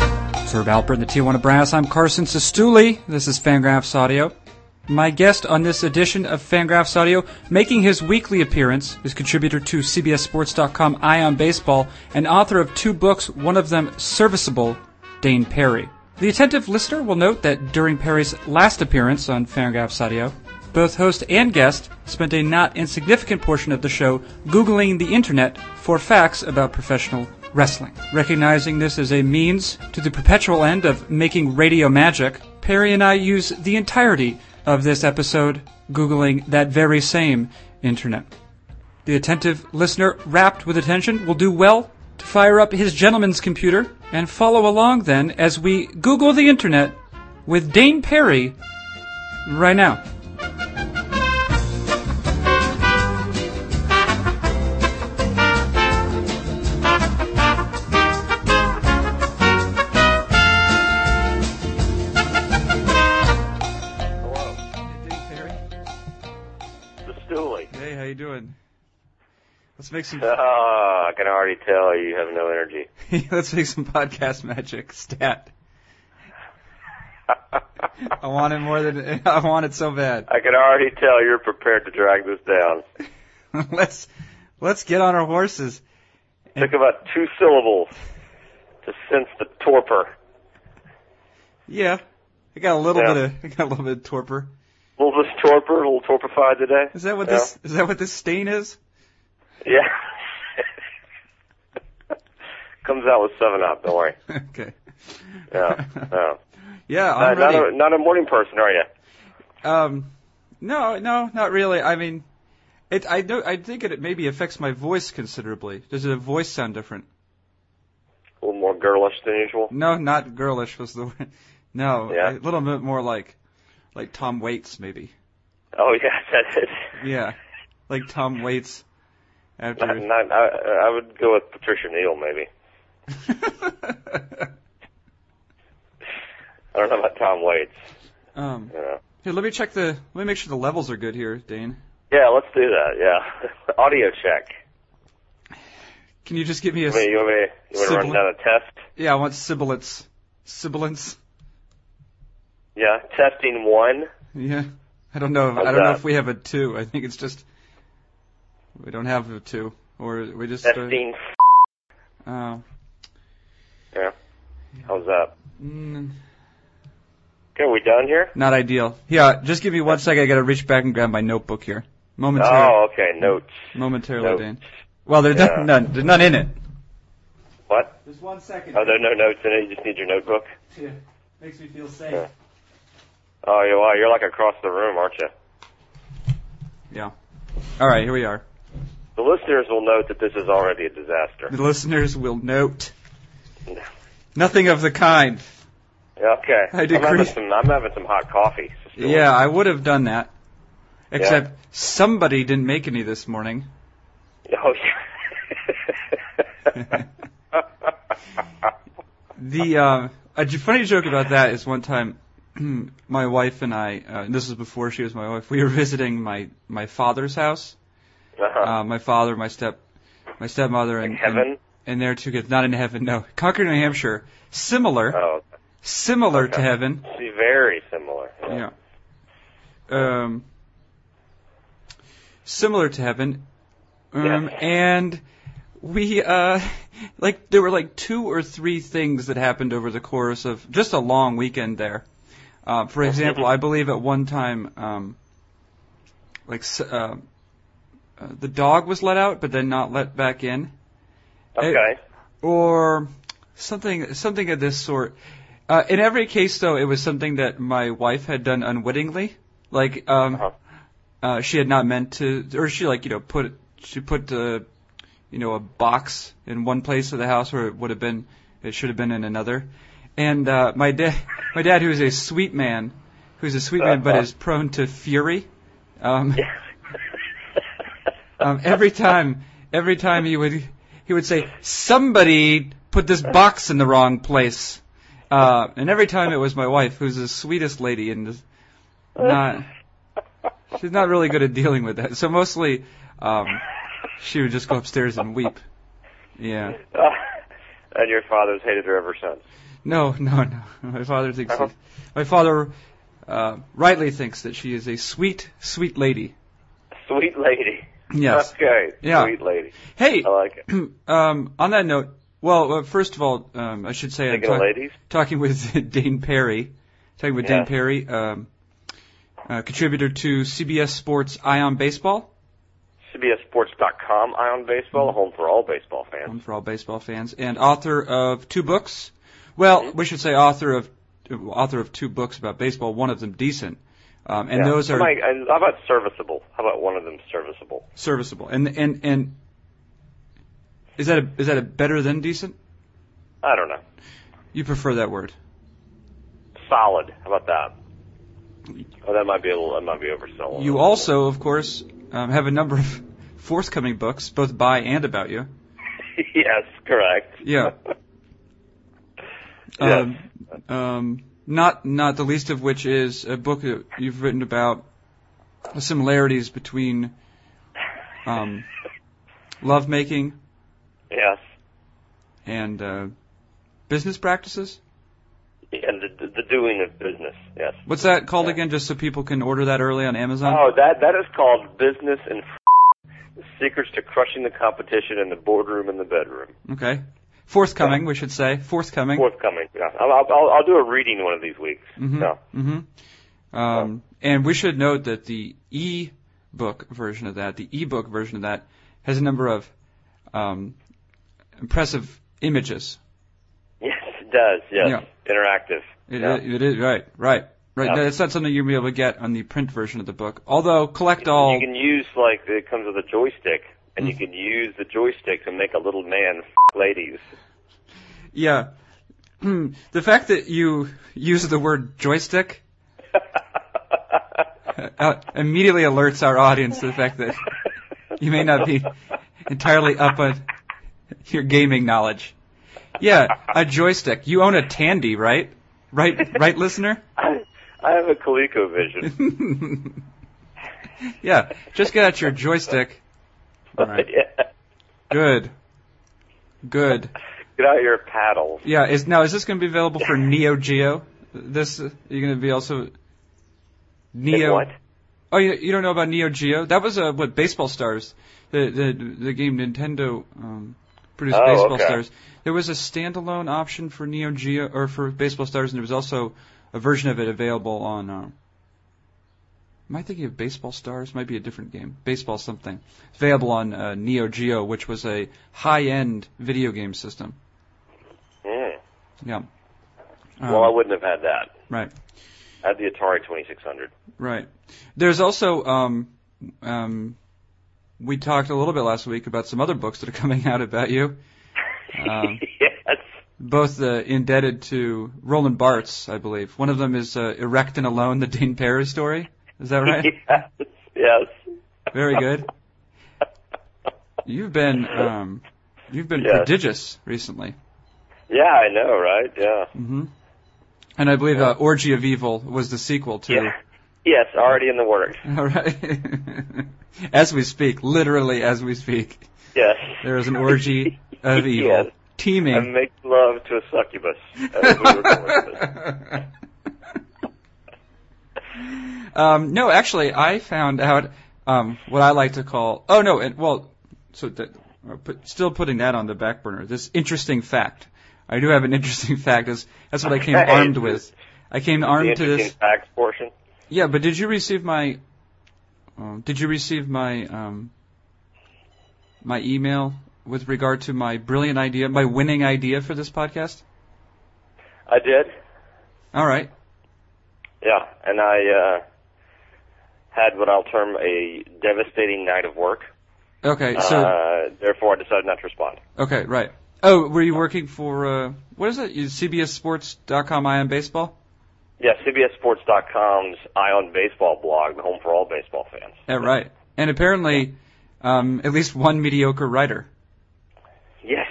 Robert Alpert and the Tijuana Brass. I'm Carson Sestouli. This is Fangraphs Audio. My guest on this edition of Fangraphs Audio, making his weekly appearance, is contributor to CBSSports.com, Eye on Baseball, and author of two books, one of them serviceable, Dane Perry. The attentive listener will note that during Perry's last appearance on Fangraphs Audio, both host and guest spent a not insignificant portion of the show Googling the internet for facts about professional wrestling. Recognizing this as a means to the perpetual end of making radio magic, Perry and I use the entirety of this episode Googling that very same internet. The attentive listener, rapt with attention, will do well to fire up his gentleman's computer and follow along then as we Google the internet with Dane Perry right now. Hello, Dane Perry. the Stooley. Hey, how you doing? Let's make some Ah, I can already tell you have no energy. let's make some podcast magic stat. I want it more than I want it so bad. I can already tell you're prepared to drag this down. let's let's get on our horses. Took about two syllables to sense the torpor. Yeah, I got a little Yeah. bit of I got a little bit of torpor. A little bit torpor, a little torpified today. Is that what Yeah. this is that what this stain is? Yeah. Comes out with seven up. Don't worry. okay. Yeah. No. Yeah, Uh, I'm not, ready. a, not a morning person, are you? Um, no, no, not really. I mean, it. I do. I think it, it maybe affects my voice considerably. Does the voice sound different? A little more girlish than usual. No, not girlish was the word. No, Yeah. a little bit more like, like Tom Waits maybe. Oh yeah, that's it. Yeah, like Tom Waits. After. Not, not, I, I would go with Patricia Neal maybe. I don't know about Tom Waits. um, You know. here, let me check the. Let me make sure the levels are good here, Dane. Yeah, let's do that. Yeah, audio check. Can you just give me a? I mean, you want me? You want to run Sibling. down a test? Yeah, I want sibilance. Sibilance. Yeah, testing one. Yeah. I don't know. If, How's I don't know that? if we have a two. I think it's just we don't have a two, or we just. Uh, Testing. uh, How's that? mm, Okay, we done here? not ideal. Yeah, just give me one second. I gotta reach back and grab my notebook here. Momentarily. Oh, okay. Notes. momentarily, Notes. Dane. Well, there's Yeah. none, none. There's none in it. What? Just one second. Oh, there are no notes in it. You just need your notebook. Makes me feel safe. Yeah. Oh, you are. You're like across the room, aren't you? All right, here we are. The listeners will note that this is already a disaster. The listeners will note No. nothing of the kind. Yeah, Okay. I do am having agree. some. I'm having some hot coffee. So still- Yeah, I would have done that, except somebody didn't make any this morning. Oh yeah. The uh, a j- funny joke about that is one time my wife and I, uh, and this was before she was my wife, we were visiting my my father's house. uh-huh. Uh, my father, my step, my stepmother, and, and Heaven. and their two kids. Not in heaven, no. Concord, New Hampshire, similar, Oh, similar to okay. heaven. see, very similar. Yeah. Um, similar to heaven. Um, Yeah. and we, uh, like, there were like two or three things that happened over the course of just a long weekend there. Uh, Mm-hmm. for example, I believe at one time, um, like, s- uh, uh, the dog was let out, but then not let back in Okay. or something something of this sort. Uh, in every case, though, it was something that my wife had done unwittingly. Like, um, Uh-huh. uh, she had not meant to, or she like you know put she put uh, you know a box in one place of the house where it would have been it should have been in another. And uh, my dad, my dad, who is a sweet man, who's a sweet man but is prone to fury. Um, um, every time, every time he would, he would say, "Somebody put this box in the wrong place," uh, and every time it was my wife, who's the sweetest lady and is not, she's not really good at dealing with that. So mostly, um, she would just go upstairs and weep. Yeah. and your father's hated her ever since. No, no, no. My father thinks. Uh-huh. that- my father uh, rightly thinks that she is a sweet, sweet lady. Sweet lady. Yes. Okay. Yeah. Sweet lady. Hey. I like it. um, on that note, well, uh, first of all, um, I should say I'm Thinking of talk- ladies. talking with Dane Perry. Talking with Dane Yeah. Perry, um, uh, contributor to CBS Sports Ion Baseball, CBSSports.com, Ion Baseball, a home for all baseball fans. one for all baseball fans, and author of two books. Well, Mm-hmm. we should say author of author of two books about baseball. One of them decent, um, and Yeah. those are Mike, and how about serviceable? How about one of them serviceable? serviceable. And and and is that a, is that a better than decent? I don't know. You prefer that word? Solid. How about that? Oh, that might be a little, that might be overselling. You also, of course, um, have a number of forthcoming books, both by and about you. yes, correct. Yeah. yes. Um, um, not not the least of which is a book that you've written about the similarities between um, lovemaking yes. and uh, business practices. And the, the doing of business. Yes. What's that called Yeah. again? Just so people can order that early on Amazon. Oh, that that is called business and secrets to crushing the competition in the boardroom and the bedroom. Okay. Forthcoming, we should say. Forthcoming. Forthcoming. Yeah. I'll, I'll- I'll, I'll do a reading one of these weeks. Mhm. No. Mm-hmm. Um, and we should note that the e-book version of that, the e-book version of that, has a number of um, impressive images. Yes, it does. Yes. Yeah. Interactive. It, Yeah. it is right, right, right. Yeah. No, it's not something you'll be able to get on the print version of the book. Although collect You all, can use like it comes with a joystick, and you Mm. can use the joystick to make a little man f- ladies. yeah. the fact that you use the word joystick uh, immediately alerts our audience to the fact that you may not be entirely up on your gaming knowledge. Yeah, a joystick. You own a Tandy, right? Right, right, listener. I, I have a ColecoVision. yeah, just get out your joystick. All right, yeah. good, good. Get out your paddles. Yeah, is now is this going to be available for Neo Geo? This uh, you're going to be also Neo. And what? Oh, you, you don't know about Neo Geo? That was uh, what Baseball Stars, the the the game Nintendo um, produced. Oh, Baseball okay. Stars. There was a standalone option for Neo Geo or for Baseball Stars, and there was also a version of it available on. Uh, am I thinking of Baseball Stars? Might be a different game. Baseball something available on uh, Neo Geo, which was a high-end video game system. Mm. Yeah. Um, well, I wouldn't have had that. right. I had the Atari 2600. Right. There's also um, um, we talked a little bit last week about some other books that are coming out about you. Um, yes. both uh, indebted to Roland Barthes, I believe. One of them is uh, "Erect and Alone: The Dane Perry Story." Is that right? Yes. Yes. Very good. You've been um, you've been Yes. prodigious recently, Yeah, I know, right? Yeah. hmm and I believe uh, "Orgy of Evil" was the sequel to. Yeah. Yes, already in the works. All right. as we speak, literally as we speak. Yes. There is an orgy of evil Yes. I teeming. make love to a succubus. That's what we're going with. um, no, actually, I found out um, what I like to call. Oh no, and well, so that, uh, put, still putting that on the back burner. This interesting fact. I do have an interesting fact. Is that's what I came Okay. armed with. I came the armed to interesting this. facts portion. Yeah, but did you receive my? Um, did you receive my um, my email with regard to my brilliant idea, my winning idea for this podcast? I did. All right. Yeah, and I uh, had what I'll term a devastating night of work. Okay. So uh, therefore, I decided not to respond. okay, right. Oh, were you working for uh, what is it? You- CBSSports.com. I am baseball. Yeah, CBSSports.com's Ion Baseball blog, the home for all baseball fans. Yeah, right. And apparently, um, at least one mediocre writer Yes.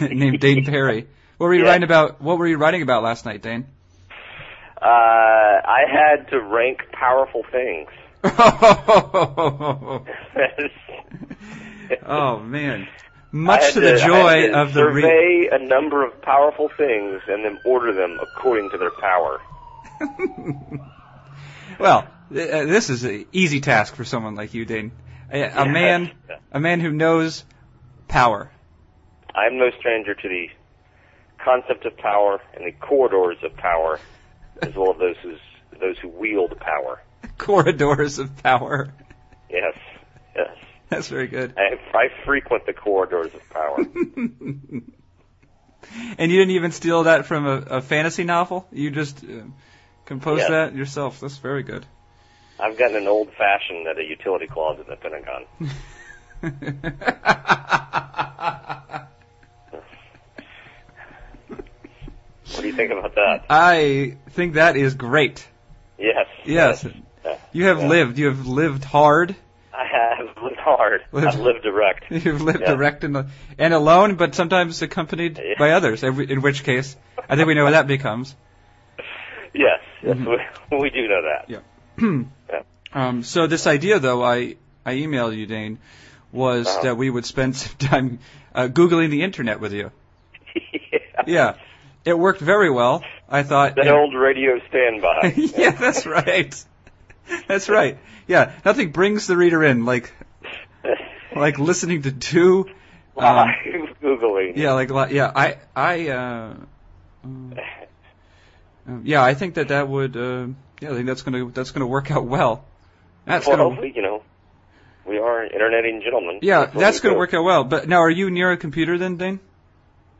named Dane Perry. What were you Yeah. writing about? What were you writing about last night, Dane? Uh, I had to rank powerful things. oh man. I much had to the I joy had to of the re- survey a number of powerful things and then order them according to their power. Well, th- uh, this is an easy task for someone like you, Dane. A, a Yeah. man, a man who knows power. I am no stranger to the concept of power and the corridors of power, as well as those who those who wield power. Corridors of power. Yes, yes. That's very good. I, I frequent the corridors of power. and you didn't even steal that from a, a fantasy novel. You just uh, composed Yeah. that yourself. That's very good. I've gotten an old fashioned at a utility closet in the Pentagon. What do you think about that? I think that is great. Yes. Yes, yes. you have Yeah. lived. You have lived hard. I have lived hard. Lived- I've lived direct. You've lived Yeah. direct and, and alone, but sometimes accompanied Yeah. by others. In whi- in which case, I think we know what that becomes. Yes, yes, Mm-hmm. we, we do know that. Um, so this idea, though, I I emailed you, Dane, was Uh-huh. that we would spend some time uh, googling the internet with you. yeah. Yeah, it worked very well. I thought. That old radio standby. yeah, that's right. That's right. Yeah, nothing brings the reader in like like listening to two. Um, Live googling. yeah, like li- yeah, I I uh, um, yeah, I think that that would uh, yeah, I think that's gonna that's gonna work out well. That's well, gonna hopefully, you know, we are interneting gentlemen. yeah, what that's we gonna do. work out well. But now, are you near a computer then, Dane?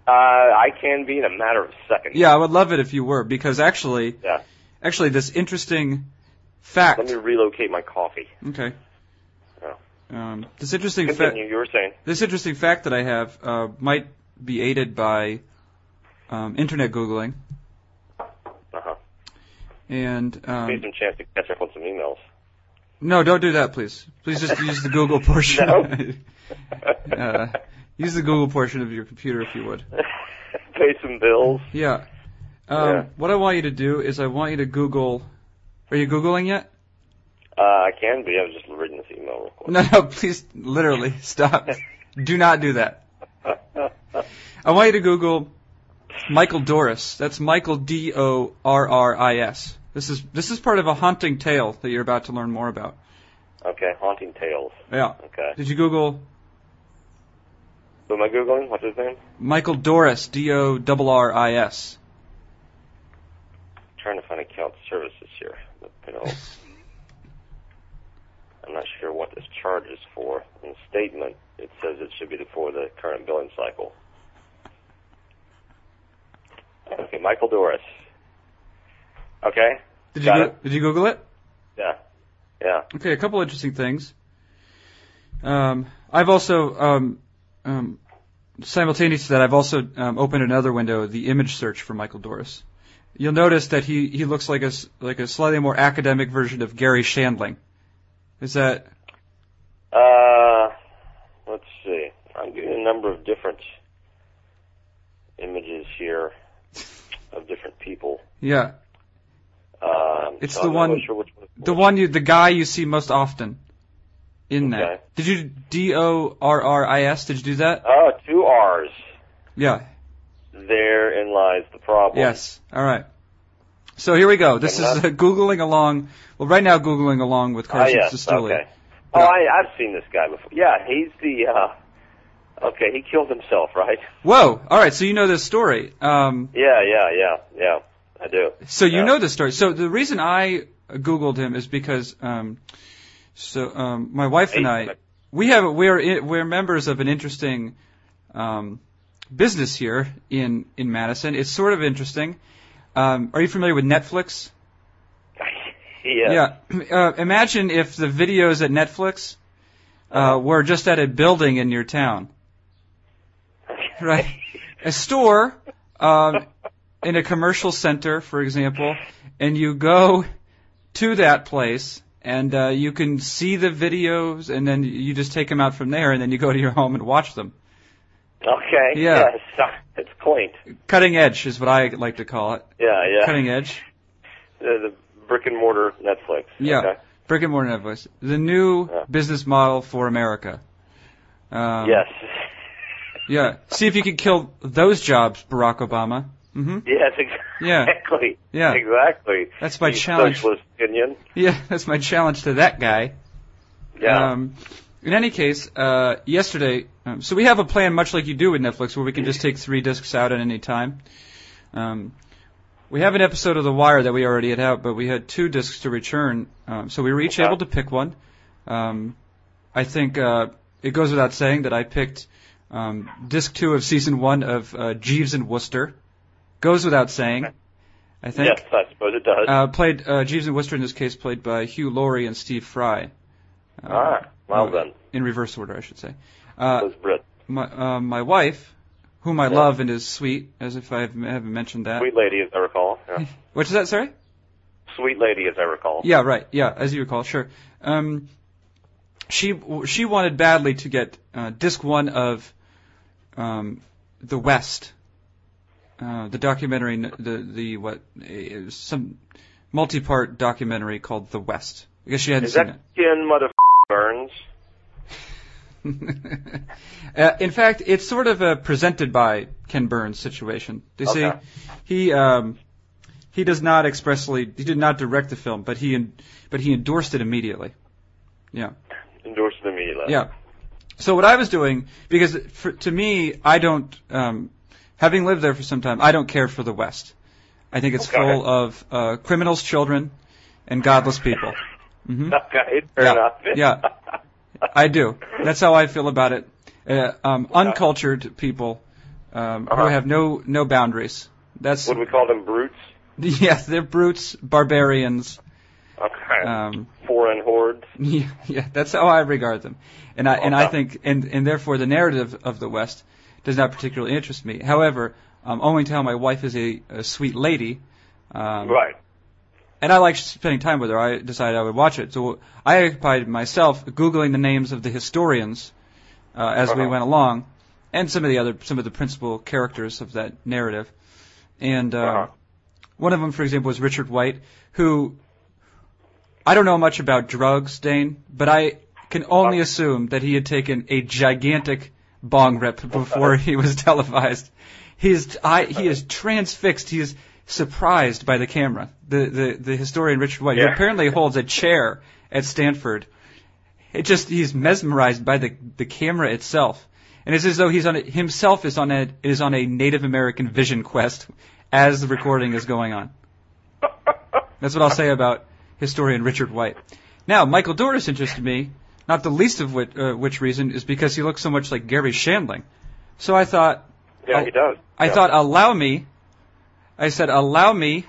Uh, I can be in a matter of seconds. Yeah, I would love it if you were because actually, Yeah. actually, this interesting Let fact. me relocate my coffee. Okay. Oh. Um, this interesting fact. Continue. You were saying. This interesting fact that I have uh, might be aided by um, internet googling, Uh huh. and Give me um, some chance to catch up on some emails. no, don't do that, please. Please just use the Google portion. No. uh, use the Google portion of your computer if you would. Pay some bills. Yeah. Um, Yeah. What I want you to do is I want you to Google. Are you googling yet? Uh, I can be. I was just reading this email real quick. No, no. Please, literally, stop. do not do that. I want you to Google Michael Doris. That's Michael D O R R I S. This is this is part of a haunting tale that you're about to learn more about. okay. Haunting tales. Yeah. Okay. Did you Google Who am I googling? What's his name? Michael Doris? D O R R I S. trying to find account services here. But, you know, I'm not sure what this charge is for. In the statement, it says it should be for the current billing cycle. Okay, Michael Doris. Okay, Did you Got go- it. did you Google it? yeah, yeah. Okay, a couple interesting things. Um, I've also um, um, simultaneous to that, I've also um, opened another window, the image search for Michael Doris. You'll notice that he, he looks like a s- like a slightly more academic version of Gary Shandling. Is that Uh, let's see. I'm getting a number of different images here of different people. yeah Um, It's so the I'm one- Not really sure which one the one you the guy you see most often in Okay. that? Did you D O R R I S? Did you do that? Oh, two R's. Yeah. Therein lies the problem. Yes. All right. So here we go. This is Enough. uh, googling along. Well, right now googling along with Ah, Carson yes. Sestouli. Okay. Oh, I, I've seen this guy before. Yeah, he's the. Uh, okay, he killed himself, right? Whoa! All right, so you know this story. Um, Yeah, yeah, yeah, yeah. I do. so you Yeah. know this story. So the reason I googled him is because um, so um, my wife and I we have we are i- we're members of an interesting um, business here in in Madison. It's sort of interesting. Um, are you familiar with Netflix? yeah. Yeah. Uh, imagine if the videos at Netflix uh, were just at a building in your town, right? a store um, in a commercial center, for example, and you go to that place and uh, you can see the videos and then you just take them out from there and then you go to your home and watch them. Okay. Yeah. Yes. It's quaint. Cutting edge is what I like to call it. Yeah, yeah. Cutting edge. The, the brick and mortar Netflix. Yeah. Okay. Brick and mortar Netflix. The new Yeah. business model for America. Um, yes. Yeah. See if you can kill those jobs, Barack Obama. Mm-hmm. Yes, exactly. Yeah. Exactly. That's my The challenge. Socialist opinion. Yeah, that's my challenge to that guy. Yeah. Um, in any case, uh, yesterday, um, so we have a plan much like you do with Netflix, where we can just take three discs out at any time. Um, we have an episode of The Wire that we already had out, but we had two discs to return, um, so we were each Okay. able to pick one. Um, I think uh, it goes without saying that I picked um, disc two of season one of uh, Jeeves and Worcester. Goes without saying, I think. yes, I suppose it does. Uh, played uh, Jeeves and Worcester in this case, played by Hugh Laurie and Steve Fry. Uh, ah, well uh, then, In reverse order, I should say. Uh, those Brits. my uh, my wife, whom I Yeah. love and is sweet, as if I haven't haven't mentioned that. Sweet lady, as I recall. Yeah. What's that? Sorry. Sweet lady, as I recall. Yeah, right. Yeah, as you recall, sure. Um, she she wanted badly to get uh, disc one of um, the West, uh, the documentary, the the what eh, some multi-part documentary called The West. I guess she hadn't Is seen that Ken mother Burns? it. uh, in fact, it's sort of a presented by Ken Burns situation. They say Okay. he um, he does not expressly he did not direct the film, but he en- but he endorsed it immediately. Endorsed the media. Yeah. So what I was doing, because for, to me, I don't, um, having lived there for some time, I don't care for the West. I think it's Okay. full of uh, criminals, children, and godless people. hmm Okay, fair Yeah, enough. yeah. I do. That's how I feel about it. Uh, um, uncultured people um, who Uh-huh. have no no boundaries. That's Would we call them brutes? yes, they're brutes, barbarians. Okay. Um, Foreign hordes. Yeah, yeah, that's how I regard them, and I and I Okay. think and and therefore the narrative of the West does not particularly interest me. However, um, owing to how my wife is a, a sweet lady, um, Right. and I like spending time with her, I decided I would watch it. So I occupied myself googling the names of the historians uh, as we Uh-huh. went along, and some of the other some of the principal characters of that narrative, and. Uh, Uh-huh. one of them, for example, was Richard White, who I don't know much about drugs, Dane, but I can Uh-huh. only assume that he had taken a gigantic bong rip before he was televised. He is, I, he is transfixed. He is surprised by the camera. The, the, the historian Richard White, who Yeah. apparently holds a chair at Stanford, it just he's mesmerized by the the camera itself, and it's as though he's on a, himself is on a is on a Native American vision quest as the recording is going on. That's what I'll say about historian Richard White. Now, Michael Doris interested me, not the least of which, uh, which reason is because he looks so much like Gary Shandling. So I thought, Yeah, I- he does. I Yeah. thought, allow me. I said, allow me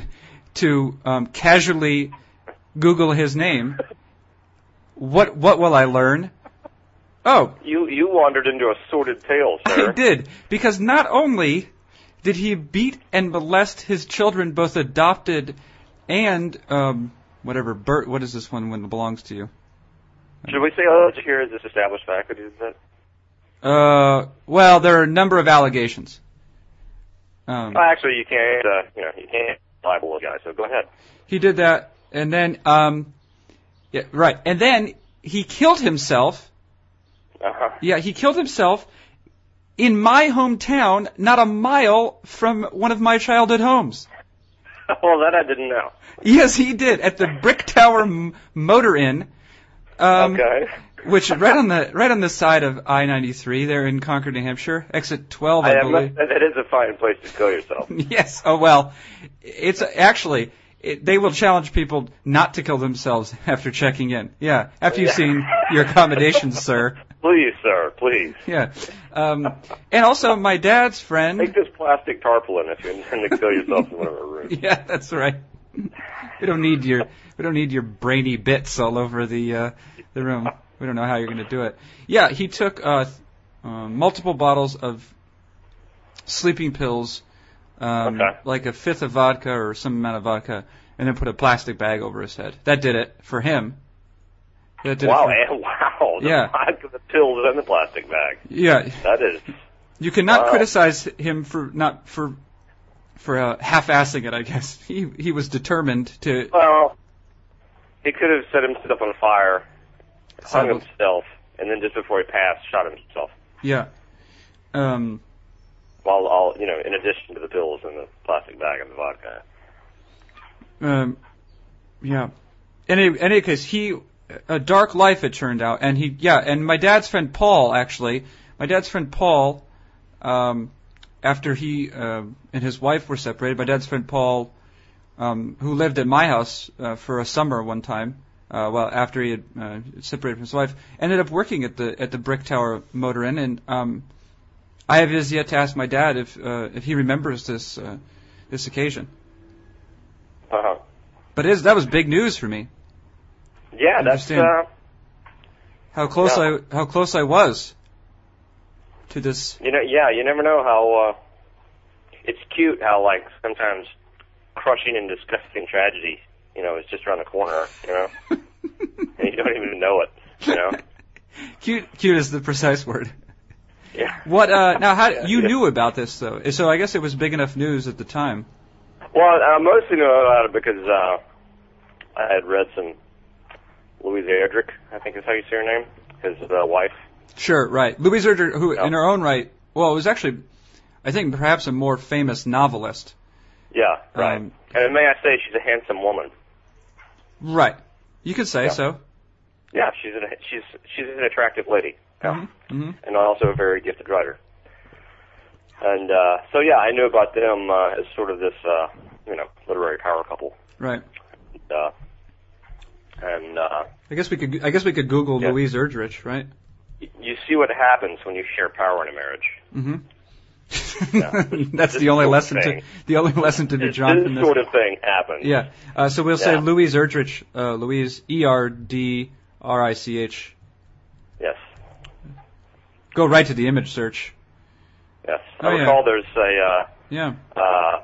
to um, casually Google his name. What what will I learn? Oh, you you wandered into a sordid tale, sir. I did because not only did he beat and molest his children, both adopted and um, whatever. Bert, what is this one when it belongs to you? Should we say oh, here is this established faculty? Is that? Uh, well, there are a number of allegations. Um, Well, actually, you can't. Uh, you know, you can't libel a guy. So go ahead. He did that, and then um, yeah, right, and then he killed himself. Uh-huh. Yeah, he killed himself in my hometown, not a mile from one of my childhood homes. well, that I didn't know. Yes, he did at the Brick Tower M- Motor Inn. Um, okay. Which right on the right on the side of I ninety three there in Concord, New Hampshire, exit twelve, I, I believe. must, that is a fine place to kill yourself. Yes. Oh well, it's actually it, they will challenge people not to kill themselves after checking in. Yeah, after you've Yeah. seen your accommodations, sir. please, sir. Please Yeah, um, and also my dad's take friend. this plastic tarpaulin if you intend to kill yourself in one of our rooms. Yeah, that's right. We don't need your we don't need your brainy bits all over the uh, the room. We don't know how you're going to do it. Yeah, he took uh, th- uh, multiple bottles of sleeping pills, um, Okay. like a fifth of vodka or some amount of vodka, and then put a plastic bag over his head. That did it for him. That did Wow! eh? It for- And wow! The Yeah. vodka, the pills, and the plastic bag. yeah, That is. you cannot Wow. criticize him for not for for uh, half-assing it. I guess he he was determined to. Well, he could have set himself on fire, hung Sounds- himself, and then just before he passed, shot himself. Yeah. Um, While all you know, in addition to the pills and the plastic bag and the vodka. um, yeah. In any, in any case, he a dark life it turned out, and he yeah, and my dad's friend Paul actually, my dad's friend Paul, um, after he uh, and his wife were separated, my dad's friend Paul, um, who lived at my house uh, for a summer one time, uh, well after he had uh, separated from his wife, ended up working at the at the Brick Tower Motor Inn, and um, I have as yet to ask my dad if uh, if he remembers this uh, this occasion. Uh-huh. But it is, that was big news for me. Yeah, that's Understand. uh, How close Yeah. I how close I was to this. you know, yeah, you never know how. Uh, it's cute how like sometimes crushing and disgusting tragedy, you know, is just around the corner, you know, and you don't even know it, you know. Cute cute is the precise word. Yeah. What uh now how you Yeah. knew about this though. So I guess it was big enough news at the time. Well, I mostly know about it because uh, I had read some Louise Erdrich, I think is how you say her name, his uh, wife. Sure, right. Louise Erdrich who Yeah. in her own right well it was actually I think perhaps a more famous novelist. Yeah, right. Um, and may I say, she's a handsome woman. Right. You could say Yeah. so. Yeah, she's an, she's she's an attractive lady, Mhm. Mhm. and also a very gifted writer. And uh, so, yeah, I knew about them uh, as sort of this, uh, you know, literary power couple. Right. Uh, and uh, I guess we could I guess we could google Yeah. Louise Erdrich, right? y- you see what happens when you share power in a marriage. Mhm. Yeah. That's This the only sort of lesson thing. to the only lesson to be This, drawn from this this. sort of thing happens. Yeah. Uh, so we'll say Yeah. Louise Erdrich, uh, Louise E R D R I C H. Yes. Go right to the image search. Yes. Oh, I yeah. recall there's a Yeah. uh, uh,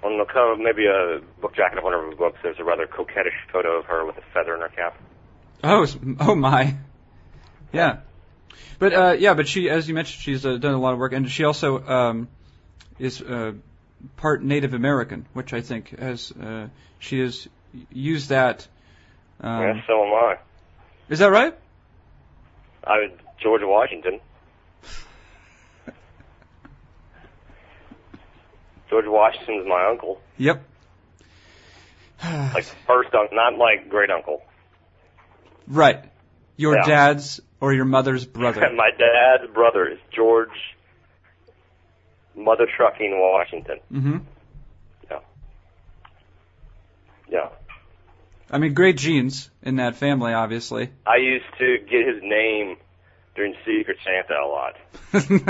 on the cover, of maybe a book jacket of one of her books. There's a rather coquettish photo of her with a feather in her cap. Oh, s- oh my. Yeah. But uh, yeah, but she, as you mentioned, she's uh, done a lot of work, and she also um, is uh, part Native American, which I think has uh, she has used that. Um, yes, so am I. Is that right? I was George Washington. George Washington's my uncle, Yep. like first uncle, not like great uncle. right. Your Yeah. dad's or your mother's brother. my dad's brother is George Mother Trucking Washington. mm-hmm. Yeah. I mean, great genes in that family, obviously. I used to get his name during Secret Santa a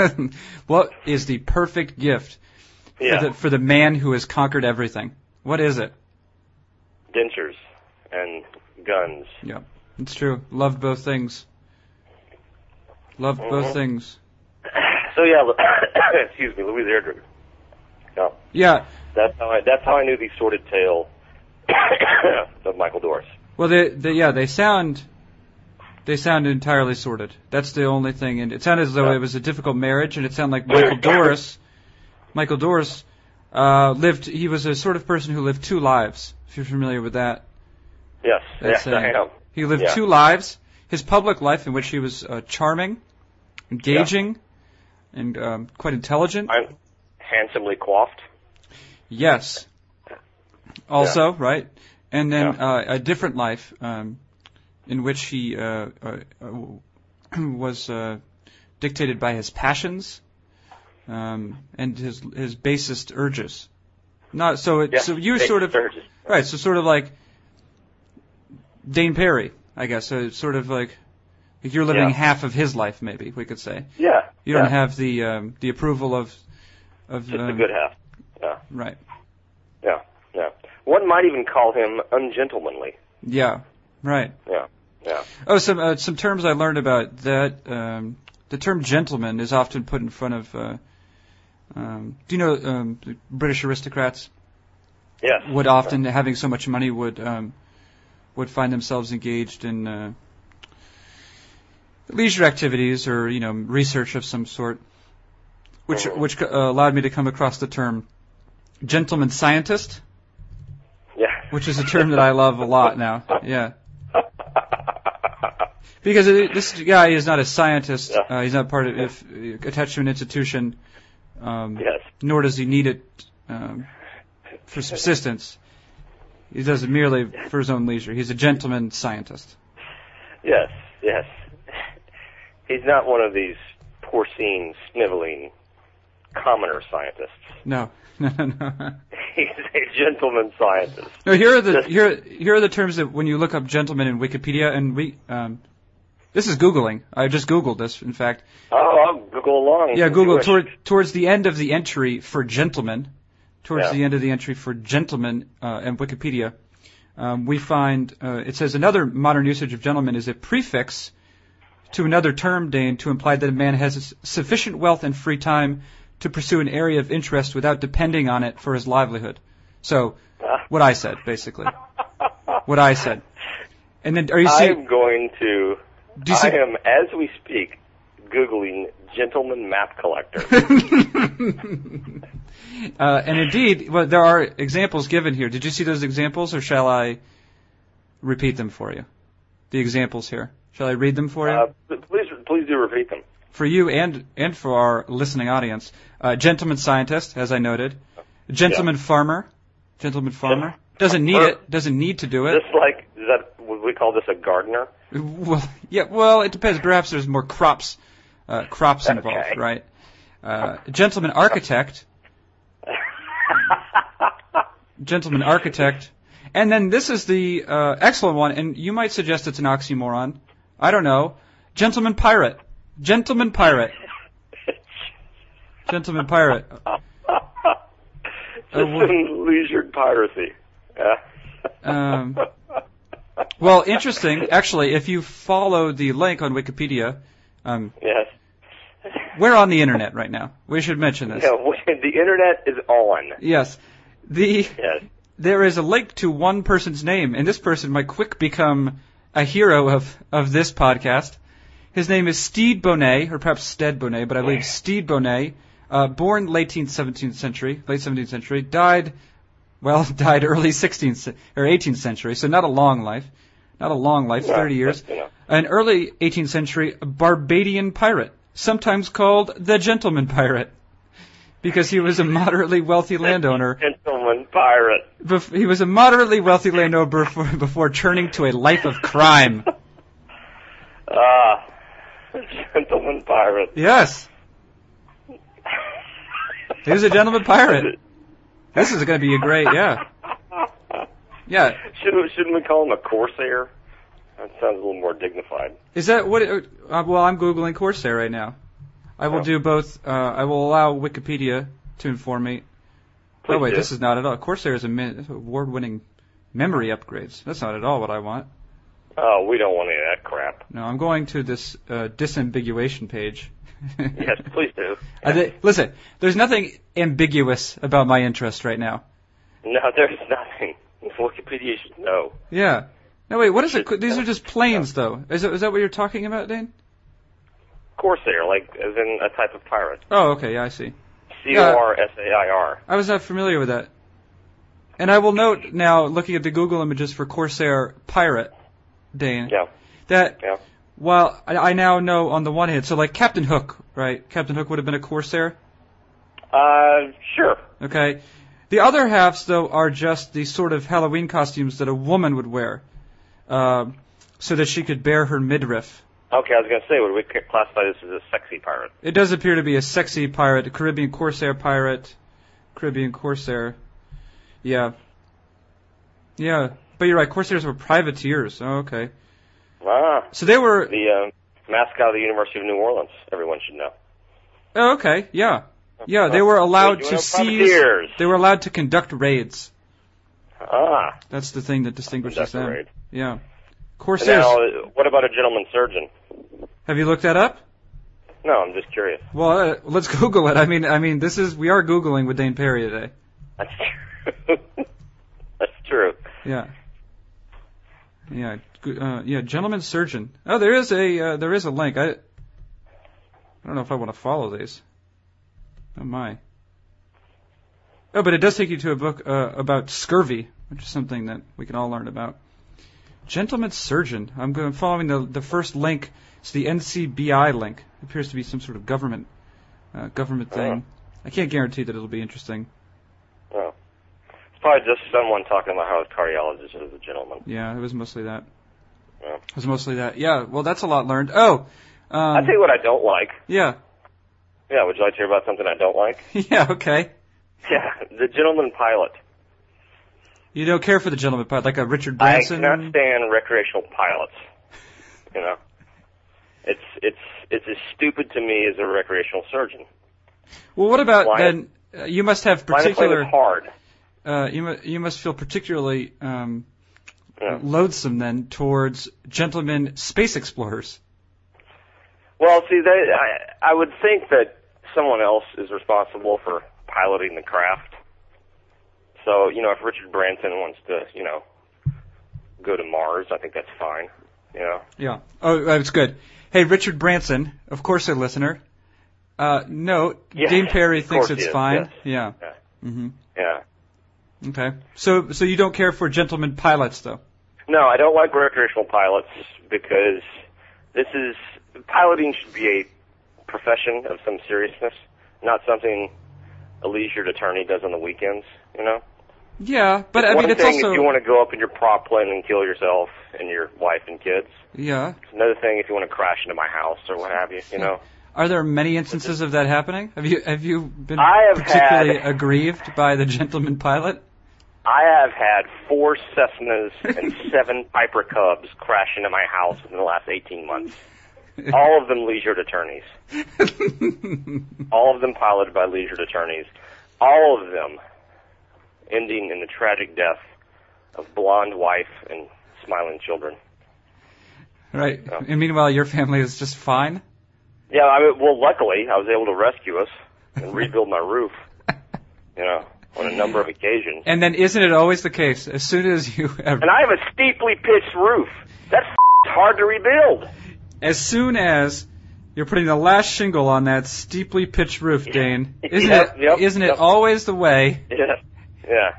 lot. what is the perfect gift Yeah, for, the, for the man who has conquered everything? What is it? dentures and guns. It's true. Loved both things. Loved both Mhm. things. So yeah, Lu- excuse me, Louise Erdrich. No, Yeah. that's how I that's how I knew the sordid tale of Michael Doris. Well, they, they yeah they sound they sound entirely sorted. That's the only thing, and it sounded as though Yeah. it was a difficult marriage, and it sounded like Michael Doris. Michael Doris uh, lived. He was a sort of person who lived two lives. If you're familiar with that. Yes, That's, yes, I uh, am. He lived Yeah. two lives. His public life, in which he was uh, charming, engaging, and um, quite intelligent. I'm handsomely coiffed. yes. Also, right? And then uh, a different life um, in which he uh, uh, uh, was uh, dictated by his passions um, and his his basest urges. Not so. It, Yes, so you big sort of surges. Right, so sort of like Dane Perry, I guess. So it's sort of like, like you're living Yeah. half of his life, maybe we could say. Yeah, You yeah, don't have the um, the approval of of just a um, good half. right. Yeah, yeah. One might even call him ungentlemanly. Yeah, right. Yeah, yeah. Oh, some uh, some terms I learned about that. Um, the term gentleman is often put in front of. Uh, um, do you know um, the British aristocrats Yes. would often, having so much money, would um, would find themselves engaged in uh, leisure activities or you know research of some sort, which Mhm. which uh, allowed me to come across the term gentleman scientist, Yeah. which is a term that I love a lot now. Yeah. Because it, this guy is not a scientist. Yeah. Uh, he's not part of. If attached to an institution, um, Yes. nor does he need it um, for subsistence. He does it merely for his own leisure. He's a gentleman scientist. Yes, yes. He's not one of these porcine, sniveling, commoner scientists. No, no, no, no. He's a gentleman scientist. No, here are the here here are the terms that when you look up gentleman in Wikipedia, and we um, this is googling. I just googled this, in fact. Oh, I'll Google along. Yeah, if you Google wish. toward, towards the end of the entry for gentlemen, towards Yeah. the end of the entry for gentlemen uh, in Wikipedia, um, we find uh, it says another modern usage of gentleman is a prefix to another term, Dane, to imply that a man has sufficient wealth and free time to pursue an area of interest without depending on it for his livelihood. So, what I said, basically, what I said. And then, are you I'm seeing? going to. Do you see? I am, as we speak, Googling gentleman map collector. Uh, and indeed, well, there are examples given here. Did you see those examples, or shall I repeat them for you? The examples here. Shall I read them for you? uh, please, please do repeat them. for you and and for our listening audience. Uh, gentleman scientist, as I noted. Gentleman farmer. Gentleman farmer doesn't need it. Doesn't need to do it. Just like is that, would we call this a gardener? Well, yeah. Well, it depends. Perhaps there's more crops, uh, crops involved, Okay. right? Uh, gentleman architect, gentleman architect, and then this is the uh, excellent one, and you might suggest it's an oxymoron. I don't know. Gentleman pirate, gentleman pirate, gentleman pirate. Oh, Just what- some leisure piracy. Yeah. Um, well, interesting. Actually, if you follow the link on Wikipedia, um, yes. we're on the internet right now. We should mention this. Yeah, when the internet is on. Yes. The Yes. there is a link to one person's name, and this person might quick become a hero of, of this podcast. His name is Steed Bonnet, or perhaps Stead Bonnet, but I believe Steed Bonnet, uh, born late 18th, 17th century, late 17th century, died, well, died early 16th ce- or 18th century, so not a long life, not a long life, Yeah, 30 years. but, you know. An early 18th century Barbadian pirate, sometimes called the gentleman pirate, because he was a moderately wealthy landowner Gentleman pirate. Bef- he was a moderately wealthy landowner before, before turning to a life of crime. Ah. Gentleman pirate. Yes. He was a gentleman pirate. This is going to be a great, yeah. Yeah. Should we, shouldn't we call him a corsair? That sounds a little more dignified. Is that what, it, uh, well, I'm Googling Corsair right now. I will do both, uh, I will allow Wikipedia to inform me. Please oh wait, do. this is not at all. Corsair is a min- award-winning memory upgrades. That's not at all what I want. Oh, we don't want any of that crap. No, I'm going to this, uh, disambiguation page. Yes, please do. I thi- listen, there's nothing ambiguous about my interest right now. No, there's nothing. Wikipedia should know. Yeah. No, wait, what is it? These are just planes, though. Is, it, is that what you're talking about, Dane? Corsair, like as in a type of pirate. Oh, okay, yeah, I see. C O R S A I R. I was not familiar with that. And I will note now, looking at the Google images for Corsair Pirate, Dane, Yeah, that yeah. while I, I now know on the one hand, so like Captain Hook, right? Captain Hook would have been a Corsair. Uh, sure. Okay. The other halves, though, are just the sort of Halloween costumes that a woman would wear, um, so that she could bare her midriff. Okay, I was gonna say, would we c- classify this as a sexy pirate? It does appear to be a sexy pirate, a Caribbean corsair pirate, Caribbean corsair. Yeah. Yeah, but you're right. Corsairs were privateers. Oh, okay. Ah, So they were. the uh, mascot of the University of New Orleans. Everyone should know. Uh, Oh, okay. Yeah. Yeah, they were allowed You to know, seize. privateers. They were allowed to conduct raids. Ah, That's the thing that distinguishes Conduct a them. raid. Yeah. And Corsairs. now, uh, what about a gentleman surgeon? Have you looked that up? No, I'm just curious. Well, uh, let's Google it. I mean, I mean, this is we are googling with Dane Perry today. That's true. That's true. Yeah, yeah, Go- uh, yeah. Gentleman surgeon. Oh, there is a uh, there is a link. I I don't know if I want to follow these. Oh my. Oh, but it does take you to a book uh, about scurvy, which is something that we can all learn about. Gentleman surgeon. I'm going following the the first link. It's the NCBI link. It appears to be some sort of government uh, government thing. I can't guarantee that it'll be interesting. Oh. It's probably just someone talking about how his cardiologist is a gentleman. Yeah, it was mostly that. Yeah. It was mostly that. Yeah. Well, that's a lot learned. Oh. I'll Um, tell you what I don't like. yeah. Yeah, would you like to hear about something I don't like? Yeah. Okay. Yeah, the gentleman pilot. You don't care for the gentleman pilot, like a Richard I Branson. cannot stand recreational pilots. You know, it's it's it's as stupid to me as a recreational surgeon. well, what about Why- then? Uh, you must have Flying a plane particular. is hard. Uh, you, mu- you must feel particularly um, Yeah. loathsome then towards gentlemen space explorers. Well, see, they, I I would think that someone else is responsible for piloting the craft. So you know, if Richard Branson wants to, you know, go to Mars, I think that's fine. You know, Yeah. Oh, that's good. Hey, Richard Branson, of course a listener. Uh, no, Yeah, Dean Perry of thinks course it's he is, fine. Yeah. Yeah. hmm yeah. Okay. So, so you don't care for gentlemen pilots though? No, I don't like recreational pilots because this is piloting should be a profession of some seriousness, not something a leisured attorney does on the weekends. You know, Yeah, but I one mean, it's thing also if you want to go up in your prop plane and kill yourself and your wife and kids. yeah. It's another thing if you want to crash into my house or what have you. You know, Are there many instances of that happening? Have you have you been I have particularly had- aggrieved by the gentleman pilot? I have had four Cessnas and seven Piper Cubs crash into my house in the last 18 months. All of them leisured attorneys. all of them piloted by leisured attorneys, all of them ending in the tragic death of blonde wife and smiling children. right. And meanwhile, your family is just fine. Yeah, I mean, well, luckily I was able to rescue us and rebuild my roof, you know, on a number of occasions. And then, isn't it always the case? As soon as you ever, And I have a steeply pitched roof. That's hard to rebuild. as soon as you're putting the last shingle on that steeply pitched roof, Dane, isn't Yep, it? yep, not yep. it always the way? Yeah, yeah,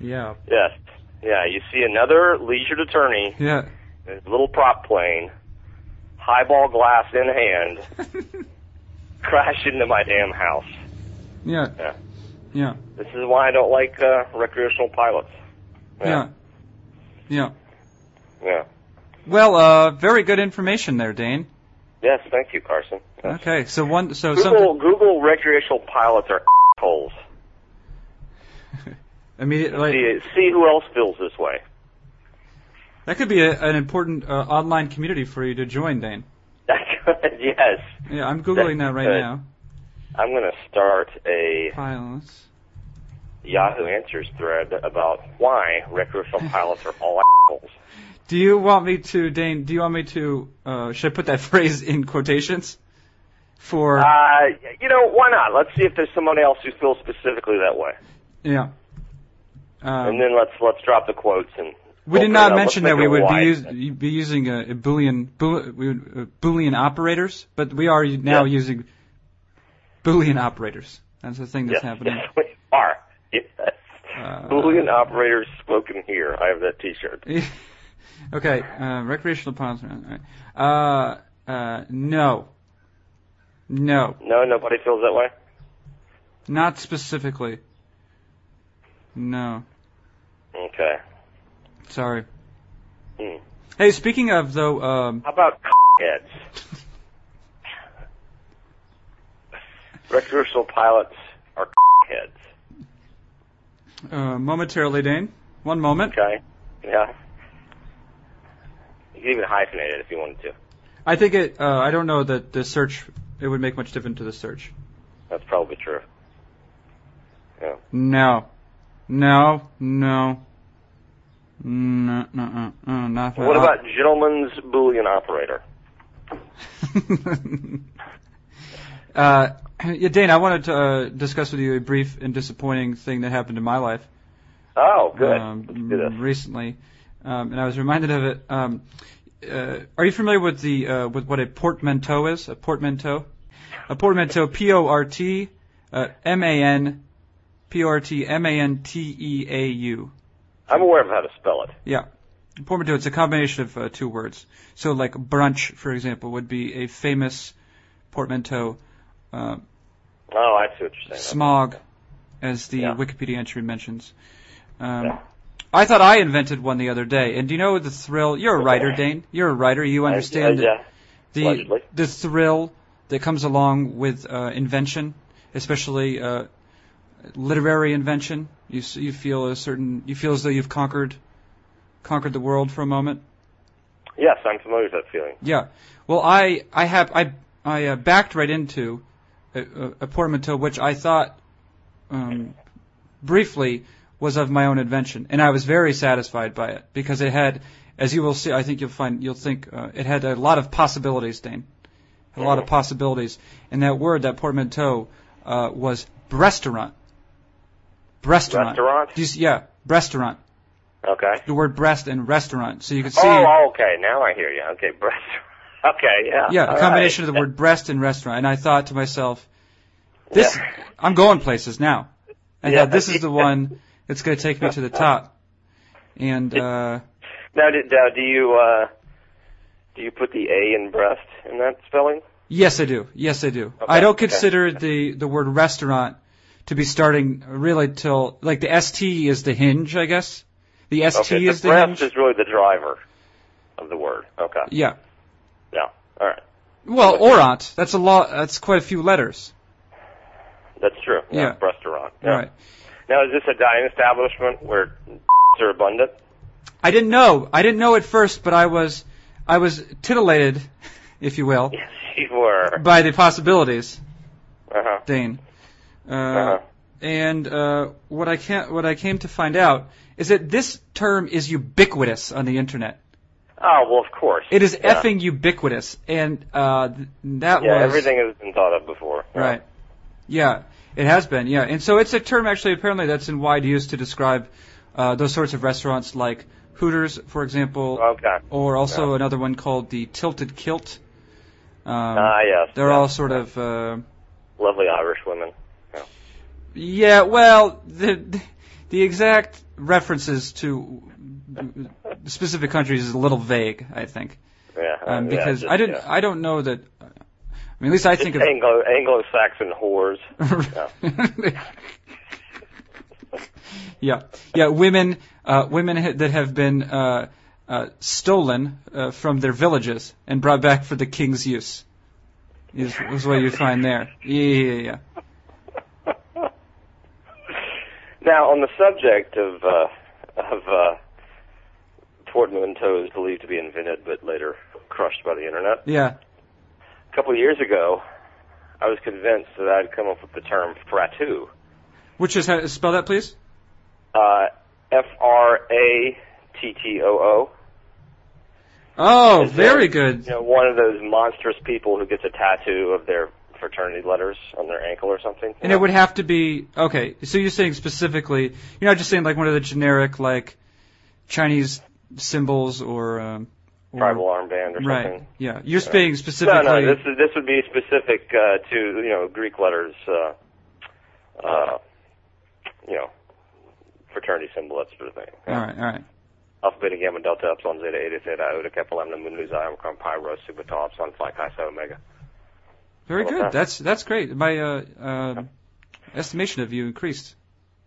Yeah. yes, yeah. You see another leisured attorney, Yeah. in his little prop plane, highball glass in hand, crash into my damn house. yeah. Yeah. Yeah. This is why I don't like uh, recreational pilots. Yeah. Yeah. Yeah. Well, uh, very good information there, Dane. Yes, thank you, Carson. Yes. Okay, so one, so Google something Google recreational pilots are holes. immediately See, see who else feels this way. that could be a, an important uh, online community for you to join, Dane. yes, Yeah, I'm googling that right Good. now. I'm going to start a Pilots. Yahoo Answers thread about why recreational pilots are all assholes. Do you want me to, Dane? Do you want me to? Uh, should I put that phrase in quotations? For Uh, you know, why not? Let's see if there's someone else who feels specifically that way, yeah. Um, and then let's let's drop the quotes and. we did open it not up. mention Let's that make we it would be, wide. use, be using a, a boolean bool, we would, uh, boolean operators, but we are now Yeah. using boolean operators. That's the thing that's Yes, happening. yes, we are. Yes. Uh, Boolean operators spoken here. I have that T-shirt. okay, uh, recreational ponds. Uh, uh, no. No, No, nobody feels that way. not specifically. No, Okay. sorry. Hmm. Hey, speaking of though, um, How about heads? Recreational pilots are heads. uh, momentarily, Dane. One moment. Okay. Yeah. You can even hyphenate it if you wanted to. I think it. Uh, I don't know that the search. It would make much difference to the search. That's probably true. Yeah. No, no, no. No, no, uh, uh, not What about gentleman's Boolean operator? uh, yeah, Dane, I wanted to uh, discuss with you a brief and disappointing thing that happened in my life Oh, good. um, Let's do this. recently, um, and I was reminded of it. Um, uh, are you familiar with the uh, with what a portmanteau is? A portmanteau, a portmanteau, P O R T uh, M A N P O R T M A N T E A U. I'm aware of how to spell it. Yeah. Portmanteau, it's a combination of uh, two words. So, like brunch, for example, would be a famous portmanteau. Uh, Oh, I see what you're saying. smog, as the Yeah. Wikipedia entry mentions. Um, Yeah. I thought I invented one the other day, and do you know the thrill? You're a writer, Dane. You're a writer. You I- Uh, understand I- yeah. the allegedly. the thrill that comes along with uh, invention, especially uh, literary invention. You s- you feel a certain you feel as though you've conquered conquered the world for a moment. Yes, I'm familiar with that feeling. Yeah. Well, I I have I I uh, backed right into a, a, a portmanteau which I thought um, briefly was of my own invention, and I was very satisfied by it because it had, as you will see, I think you'll find you'll think uh, it had a lot of possibilities, Dane, a lot of possibilities. And that word, that portmanteau, uh, was restaurant. Restaurant. Restaurant? Do you s- yeah, restaurant. Okay. The word breast and restaurant. So you can see. Oh, oh, okay. Now I hear you. Okay, breast. Okay, yeah. Yeah, All a combination right. of the word breast and restaurant. And I thought to myself, this, Yeah. I'm going places now. I Yeah. thought this is the one that's going to take me to the top. And uh, Now, do, now, do you uh, do you put the A in breast in that spelling? yes, I do. Yes, I do. I Okay, don't okay. consider the the word restaurant to be starting really till like the ST is the hinge, I guess. The ST Okay, is the the, breast hinge. is really the driver of the word. Okay. yeah. Yeah. All right. Well, orant. That's a lot. That's quite a few letters. That's true. Yeah. Restaurant. Yeah. Right. Now, is this a dining establishment where are abundant? I didn't know. I didn't know at first, but I was, I was titillated, if you will, Yes, you were. by the possibilities, Uh-huh. Dane. Uh, Uh-huh. And uh, what I can what I came to find out is that this term is ubiquitous on the internet. Oh, well, of course. It is yeah. effing ubiquitous, and uh, th- that Yeah, was everything has been thought of before. Yeah. right. Yeah, it has been. Yeah, and so it's a term actually apparently that's in wide use to describe uh, those sorts of restaurants like Hooters, for example, Okay. or also Uh, Yeah. another one called the Tilted Kilt. Um, Ah, yes. They're yeah. all sort of, uh, lovely Irish women. yeah. Well, the the exact references to specific countries is a little vague, I think, Yeah. uh, um, yeah, because just, I didn't, yeah. I don't know that. I mean, at least I think of. Anglo Anglo-Saxon whores. yeah, yeah. Women, uh, women ha- that have been uh, uh, stolen uh, from their villages and brought back for the king's use is, is what you find there. Yeah, yeah, yeah, yeah. Now, on the subject of uh, of uh, portmanteaus believed to be invented but later crushed by the internet, yeah. a couple of years ago, I was convinced that I'd come up with the term fratu, Which is how spell that, please. uh, F R A T T O O. Oh, Is very there, good. You know, one of those monstrous people who gets a tattoo of their fraternity letters on their ankle or something. you And know? it would have to be okay. So you're saying specifically, you're not just saying like one of the generic like Chinese symbols or, um, or tribal armband or right? something. Yeah, you're being No, specifically. no, this is this would be specific uh, to you know Greek letters, uh, uh, you know, fraternity symbol, that sort of thing. All right, all right. Alpha, beta, gamma, delta, epsilon, zeta, eta, theta, iota, kappa, lambda, mu, nu, xi, omicron, pi, rho, sigma, tau, epsilon, phi, chi, psi, omega. Very Well good. done. That's that's great. My uh, uh, estimation of you increased.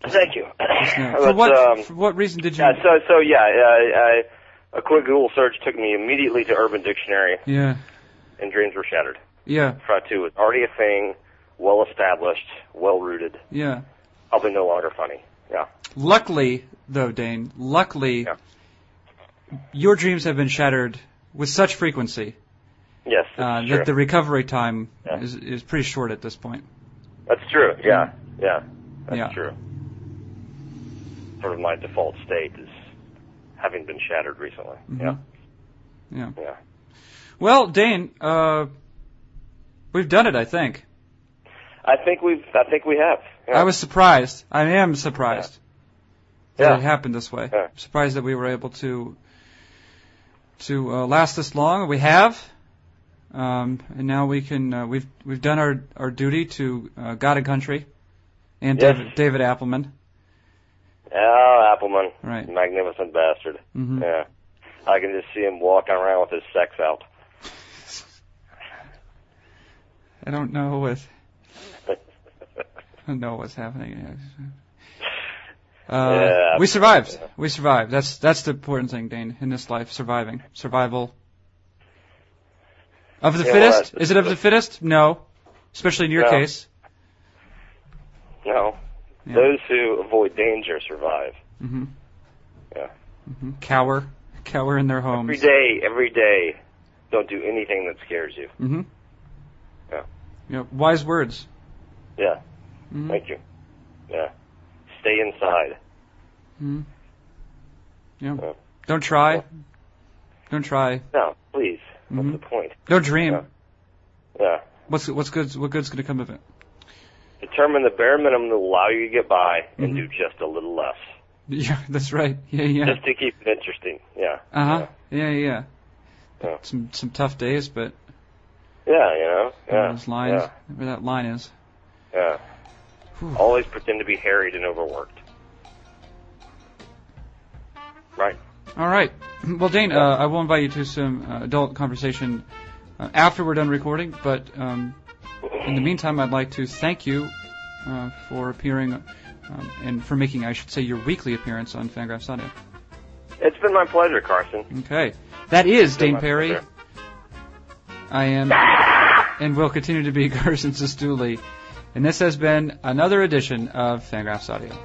Thank you. Now, But, for what um, for what reason did you? yeah, so so yeah, uh, I, I, a quick Google search took me immediately to Urban Dictionary, yeah, and dreams were shattered. yeah, Fratu was already a thing, well established, well rooted, yeah. probably no longer funny. Yeah. Luckily, though, Dane. Luckily, Yeah. your dreams have been shattered with such frequency Yes, uh, that's true. that the recovery time Yeah. is is pretty short at this point. That's true. Yeah, yeah, that's Yeah. true. Sort of my default state is having been shattered recently. Yeah, Mm-hmm. Yeah. yeah. Well, Dane, uh, we've done it. I think. I think we've. I think we have. Yeah. I was surprised. I am surprised that Yeah. it happened this way. Yeah. Surprised that we were able to to uh, last this long. We have, um, and now we can. Uh, we've we've done our our duty to uh, God and country, and Yes. David, David Appleman. Oh, Appleman, Right. magnificent bastard. Mhm. Yeah, I can just see him walking around with his sex out. I don't know if don't know what's happening. Uh, Yeah. we survived. We survived. That's that's the important thing, Dane, in this life: surviving, survival. Of the Yeah, well, fittest? that's- Is it of the fittest? No, especially in your No. case. No. Yeah. Those who avoid danger survive. hmm Yeah. hmm Cower, cower in their homes. Every day, every day, don't do anything that scares you. hmm Yeah. Yeah, wise words. Yeah. Mhm. Thank you. Yeah. Stay inside. Mhm. Yeah. Yeah. Don't try. Don't try. No, please. What's Mhm. the point? Don't dream. Yeah. Yeah. What's what's good? What good's gonna come of it? Determine the bare minimum to allow you to get by and Mhm. do just a little less. Yeah, that's right. Yeah, yeah. Just to keep it interesting. Yeah. Uh huh. Yeah, yeah. Yeah. Some some tough days, but Yeah, you know? Yeah. those lines, Yeah. where that line is. yeah. Whew. Always pretend to be harried and overworked. Right. All right. Well, Dane, uh, I will invite you to some uh, adult conversation uh, after we're done recording. But um, in the meantime, I'd like to thank you uh, for appearing um, and for making, I should say, your weekly appearance on Fangraphs Audio. It's been my pleasure, Carson. Okay. That is been Dane my Perry. pleasure. I am and will continue to be Carson Sestouli. And this has been another edition of Fangraphs Audio.